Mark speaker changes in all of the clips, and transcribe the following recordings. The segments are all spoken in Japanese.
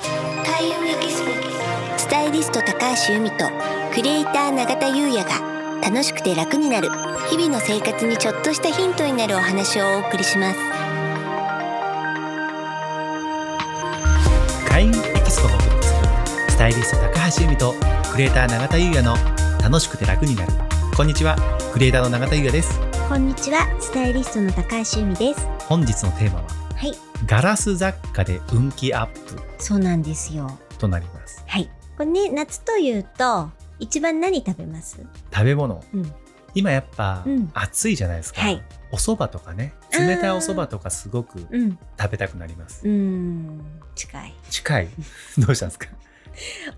Speaker 1: 田優也キススタイリスト高橋由美とクリエイター永田優也が楽しくて楽になる日々の生活にちょっとしたヒントになるお話をお送りします
Speaker 2: 会員エキスポがお届けするスタイリスト高橋由美とクリエイター永田優也の楽しくて楽になるこんにちはクリエイターの永田優也です
Speaker 1: こんにちはスタイリストの高橋由美です
Speaker 2: 本日のテーマは
Speaker 1: はい
Speaker 2: ガラス雑貨で運気アップ
Speaker 1: そうなんですよ
Speaker 2: となります
Speaker 1: はいこれね夏というと一番何食べます
Speaker 2: 食べ物
Speaker 1: うん
Speaker 2: 今やっぱ
Speaker 1: うん
Speaker 2: 暑いじゃないですか、
Speaker 1: はい
Speaker 2: お蕎麦とかね冷たいお蕎麦とかすごく
Speaker 1: うん
Speaker 2: 食べたくなります
Speaker 1: うん近い
Speaker 2: 近い どうしたんですか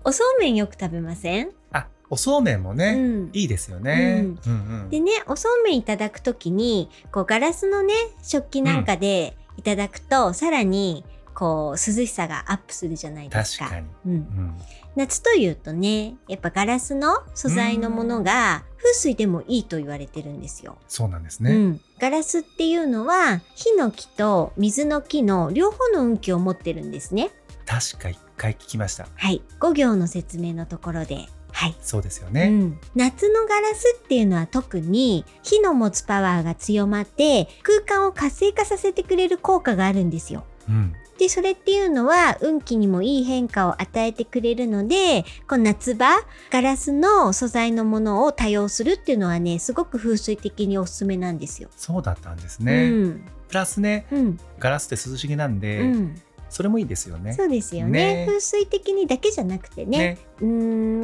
Speaker 1: おそうめんよく食べません、
Speaker 2: あおそうめんも
Speaker 1: う
Speaker 2: ね、
Speaker 1: ん
Speaker 2: いいですよね、
Speaker 1: うん
Speaker 2: うんうん
Speaker 1: でねおそうめんいただくときにこうガラスのね食器なんかでいただくと、さらにこう涼しさがアップするじゃないです
Speaker 2: 確
Speaker 1: か
Speaker 2: かに、
Speaker 1: うん
Speaker 2: う、ん、
Speaker 1: 夏というとねやっぱガラスの素材のものが風水でもいいと言われてるんですよ、
Speaker 2: そうなんです
Speaker 1: う
Speaker 2: ね、
Speaker 1: ん、ガラスっていうのは火の木と水の木の両方の運気を持ってるんですね
Speaker 2: 確か一回聞きました
Speaker 1: はい5行の説明のところではい
Speaker 2: そうですよ
Speaker 1: う
Speaker 2: ね、
Speaker 1: ん、夏のガラスっていうのは特に火の持つパワーが強まって空間を活性化させてくれる効果があるんですよ。
Speaker 2: うん、
Speaker 1: で、それっていうのは運気にもいい変化を与えてくれるので、この夏場、ガラスの素材のものを多用するっていうのはね、すごく風水的におすすめなんですよ。
Speaker 2: そうだったんですね、
Speaker 1: うん。
Speaker 2: プラスね
Speaker 1: うん。
Speaker 2: ガラスって涼しげなんで、
Speaker 1: うん。
Speaker 2: それもいいですよね
Speaker 1: そうですよね
Speaker 2: ね
Speaker 1: 風水的にだけじゃなくてね。うー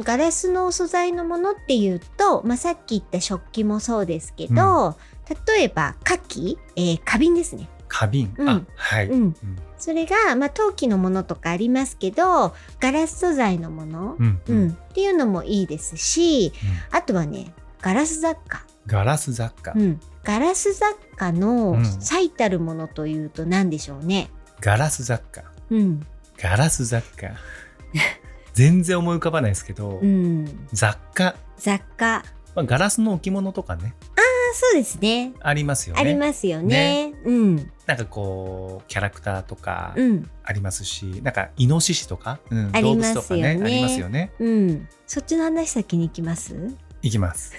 Speaker 1: んガラスの素材のものっていうと、まあ、さっき言った食器もそうですけど、例えば花器、えー花瓶ですね、
Speaker 2: 花瓶、
Speaker 1: うん
Speaker 2: あはい、
Speaker 1: う
Speaker 2: うん
Speaker 1: ん、それが、まあ、陶器のものとかありますけどガラス素材のもの、
Speaker 2: うん
Speaker 1: うんっていうのもいいですしあとはねガラス雑貨、
Speaker 2: ガラス雑貨、
Speaker 1: うん、ガラス雑貨
Speaker 2: う
Speaker 1: の
Speaker 2: ん
Speaker 1: 最たるものというと何でしょうね。
Speaker 2: ガラス雑貨
Speaker 1: うん
Speaker 2: ガラス雑 貨全然思い浮かばないですけど、
Speaker 1: うん、
Speaker 2: 雑貨、
Speaker 1: 雑貨あ
Speaker 2: まあ、ガラスの置物とかね
Speaker 1: そうですね
Speaker 2: ありますよね
Speaker 1: ありますよね。うん
Speaker 2: なんかこうキャラクターとか
Speaker 1: うん
Speaker 2: ありますし、なんかイノシシとか、うん
Speaker 1: あり
Speaker 2: 動
Speaker 1: ま
Speaker 2: 物
Speaker 1: す
Speaker 2: とか
Speaker 1: よ
Speaker 2: ね
Speaker 1: ね
Speaker 2: ありますよね
Speaker 1: うん、そっちの話先に行きます
Speaker 2: いきます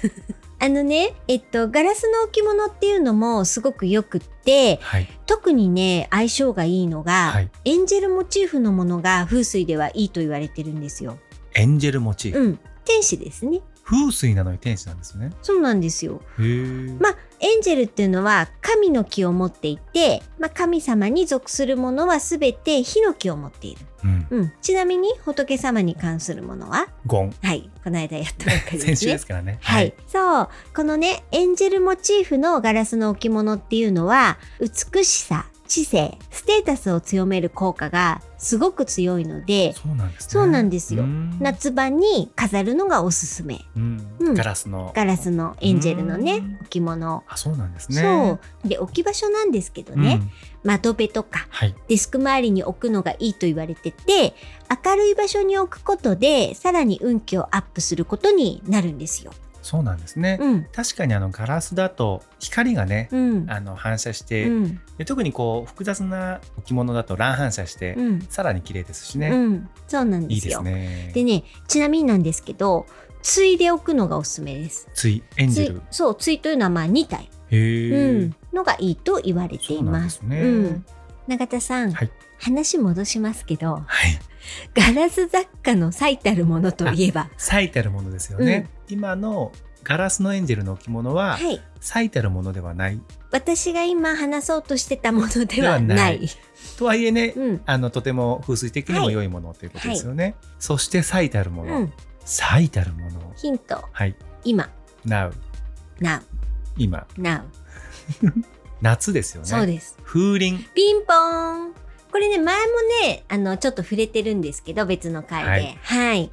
Speaker 1: あのね、えっと、ガラスの置物っていうのもすごくよくって、
Speaker 2: はい
Speaker 1: 特にね、相性がいいのが、
Speaker 2: はい
Speaker 1: エンジェルモチーフのものが風水ではいいと言われてるんですよ。
Speaker 2: エンジェルモチーフ、
Speaker 1: うん。天使ですね。
Speaker 2: 風水なのに天使なんですね
Speaker 1: そうなんですよ。
Speaker 2: へー
Speaker 1: まあ、エンジェルっていうのは神の木を持っていて、まあ、神様に属するものはすべて火の木を持っている。
Speaker 2: うん、
Speaker 1: うん。ちなみに仏様に関するものは
Speaker 2: ゴン
Speaker 1: はい。この間やったばっかりですね。
Speaker 2: 先週ですからね
Speaker 1: はい、そうこのねエンジェルモチーフのガラスの置物っていうのは美しさ知性ステータスを強める効果がすごく強いので
Speaker 2: そうなんですね
Speaker 1: そうなんですよ
Speaker 2: うん
Speaker 1: 夏場に飾るのがおすすめ
Speaker 2: うん
Speaker 1: うん
Speaker 2: ガラスの
Speaker 1: ガラスのエンジェルの
Speaker 2: う
Speaker 1: ね
Speaker 2: ん
Speaker 1: 置物
Speaker 2: あそうなんですね
Speaker 1: そうで置き場所なんですけどね、
Speaker 2: ん
Speaker 1: 窓辺とか
Speaker 2: はい
Speaker 1: デスク周りに置くのがいいと言われてて明るい場所に置くことでさらに運気をアップすることになるんですよ。
Speaker 2: そうなんですね、
Speaker 1: うん、
Speaker 2: 確かにあのガラスだと光がね、
Speaker 1: うん、
Speaker 2: あの反射して、
Speaker 1: うん、
Speaker 2: で特にこう複雑な置物だと乱反射して、
Speaker 1: うん、
Speaker 2: さらに綺麗ですしね、
Speaker 1: うん、そうなんで
Speaker 2: いい
Speaker 1: す
Speaker 2: で
Speaker 1: よ。
Speaker 2: すね
Speaker 1: でね、ちなみになんですけど、ついでおくのがおすすめです。
Speaker 2: ついエン
Speaker 1: つ
Speaker 2: ジ
Speaker 1: い
Speaker 2: ェル
Speaker 1: そう、ついというのはまあ2体、
Speaker 2: へえ、
Speaker 1: うん、のがいいと言われて
Speaker 2: そ
Speaker 1: いう
Speaker 2: なん
Speaker 1: ま。
Speaker 2: ですすね、
Speaker 1: うん永田さん、
Speaker 2: はい
Speaker 1: 話戻しますけど、
Speaker 2: はい
Speaker 1: ガラス雑貨の最たるものといえば、
Speaker 2: 最たるものですよね、今のガラスのエンジェルの置物は
Speaker 1: はい、
Speaker 2: 最たるものではない
Speaker 1: 私が今話そうとしてたものでは
Speaker 2: では
Speaker 1: な。
Speaker 2: ないいとはいえね、
Speaker 1: うん、
Speaker 2: あのとても風水的にも良いものということですよね、そして最たるもの、
Speaker 1: うん、
Speaker 2: 最たるもの
Speaker 1: ヒント、
Speaker 2: はい
Speaker 1: 今、
Speaker 2: Now
Speaker 1: now,
Speaker 2: 今
Speaker 1: now、
Speaker 2: 夏ですよね
Speaker 1: そうです。
Speaker 2: 風鈴
Speaker 1: ピンポーンこれね、前もね、あの、ちょっと触れてるんですけど、別の回で。はい。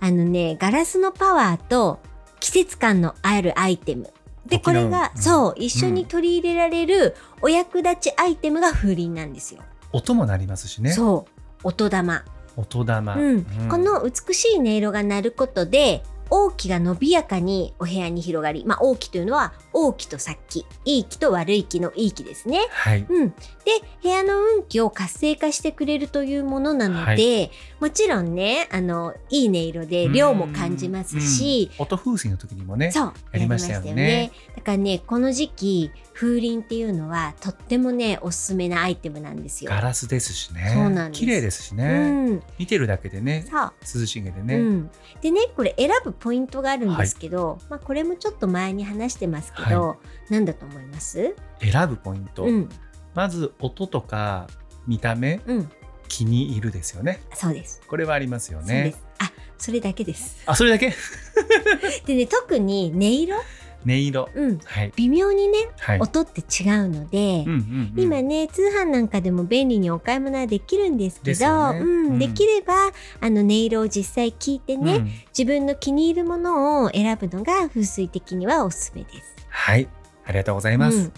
Speaker 1: あのね、ガラスのパワーと季節感のあるアイテム。で、こ
Speaker 2: 沖縄
Speaker 1: れが、
Speaker 2: うん
Speaker 1: そう、一緒に取り入れられるお役立ちアイテムが風鈴なんですよ。
Speaker 2: 音も鳴りますしね
Speaker 1: そう。音玉。
Speaker 2: 音玉、
Speaker 1: うん。
Speaker 2: うん
Speaker 1: この美しい音色が鳴ることで、王気が伸びやかにお部屋に広がり、まあ、王気というのは王気と殺気、いい気と悪い気のいい気ですね。
Speaker 2: はい。
Speaker 1: うん。で、部屋の運気を活性化してくれるというものなので、
Speaker 2: は
Speaker 1: もちろんね、あの、いい音色で量も感じますし、
Speaker 2: 音風船の時にもね。
Speaker 1: そう、
Speaker 2: やりましたよね
Speaker 1: やだからね、この時期、風鈴っていうのはとってもね、おすすめなアイテムなんですよ。
Speaker 2: ガラスですしね。
Speaker 1: そうなんです
Speaker 2: 綺麗ですし
Speaker 1: う
Speaker 2: ね。
Speaker 1: ん、
Speaker 2: 見てるだけでね、
Speaker 1: そう。
Speaker 2: 涼しげで
Speaker 1: う
Speaker 2: ね。
Speaker 1: ん、でねこれ選ぶポイントがあるんですけど、まあ、これもちょっと前に話してますけど、なんだと思います
Speaker 2: 選ぶポイント
Speaker 1: う。ん
Speaker 2: まず音とか見た目、
Speaker 1: うん
Speaker 2: 気に入るですよね。
Speaker 1: そうです。
Speaker 2: これはありますよ
Speaker 1: そうで
Speaker 2: ね。
Speaker 1: すあそれだけです。
Speaker 2: あ、それだけ
Speaker 1: でね特に音色、
Speaker 2: 音色。
Speaker 1: うん、
Speaker 2: はい。
Speaker 1: 微妙にね
Speaker 2: はい。
Speaker 1: 音って違うので、
Speaker 2: うんうんうん
Speaker 1: 今ね通販なんかでも便利にお買い物はできるんですけ
Speaker 2: です
Speaker 1: ど
Speaker 2: よね
Speaker 1: うん
Speaker 2: うん
Speaker 1: できればあの音色を実際聞いてね、
Speaker 2: うん
Speaker 1: 自分の気に入るものを選ぶのが風水的にはおすすめです。
Speaker 2: はい。ありがとうございま
Speaker 1: う
Speaker 2: す
Speaker 1: ん。、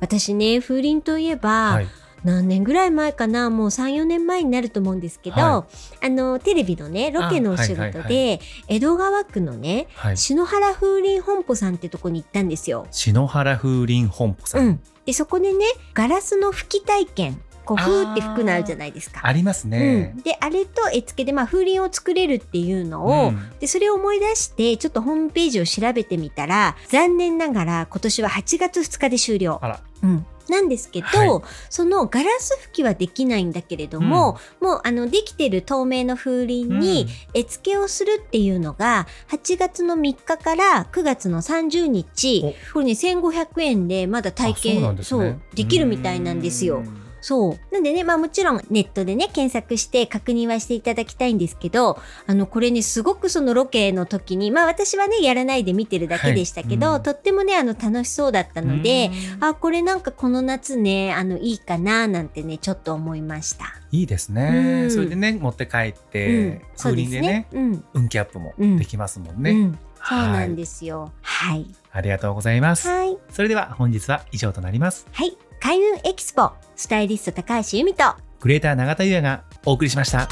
Speaker 1: 私ね風鈴といえば、
Speaker 2: はい。
Speaker 1: 何年ぐらい前かなもう34年前になると思うんですけど、
Speaker 2: は
Speaker 1: あのテレビのねロケのお仕事で、
Speaker 2: あはいはい
Speaker 1: 江戸川区のね
Speaker 2: はい。
Speaker 1: 篠原風鈴本舗さんってとこに行ったんですよ。
Speaker 2: 篠原風鈴本舗さ。
Speaker 1: うんん、でそこでねガラスの吹き体験こう
Speaker 2: あー
Speaker 1: ふーって吹くのあるじゃないですか。
Speaker 2: ありますね
Speaker 1: うん、。であれと絵付けで、まあ、風鈴を作れるっていうのを、
Speaker 2: うん
Speaker 1: でそれを思い出してちょっとホームページを調べてみたら残念ながら今年は8月2日で終了。
Speaker 2: あら。
Speaker 1: うん、なんですけど、
Speaker 2: は
Speaker 1: そのガラス吹きはできないんだけれども、もうあのできてる透明の風鈴に絵付けをするっていうのが8月の3日から9月の30日これね1500円でまだ体
Speaker 2: あそうな
Speaker 1: 験
Speaker 2: んですね
Speaker 1: そうできるみたいなんですよ。。そう。なんでね、まあもちろんネットでね、検索して確認はしていただきたいんですけど、あの、これね、すごくそのロケの時に、まあ私はね、やらないで見てるだけでしたけど、
Speaker 2: はいうん
Speaker 1: とってもね、あの、楽しそうだったので、あ、これなんかこの夏ね、あの、いいかな、なんてね、ちょっと思いました。
Speaker 2: いいです
Speaker 1: う
Speaker 2: ね。
Speaker 1: ん
Speaker 2: それでね、持って帰っ
Speaker 1: うん
Speaker 2: て、、
Speaker 1: そう
Speaker 2: 風
Speaker 1: で
Speaker 2: 鈴
Speaker 1: す
Speaker 2: でね、
Speaker 1: うん。
Speaker 2: 運気アップもできますもん
Speaker 1: う
Speaker 2: ね。
Speaker 1: ん。そう
Speaker 2: はい
Speaker 1: なんですよ。はい。
Speaker 2: ありがとうございます。
Speaker 1: はい。
Speaker 2: それでは本日は以上となります。
Speaker 1: はい。開運エキスポ、スタイリスト高橋由美と、
Speaker 2: グレーター永田優也がお送りしました。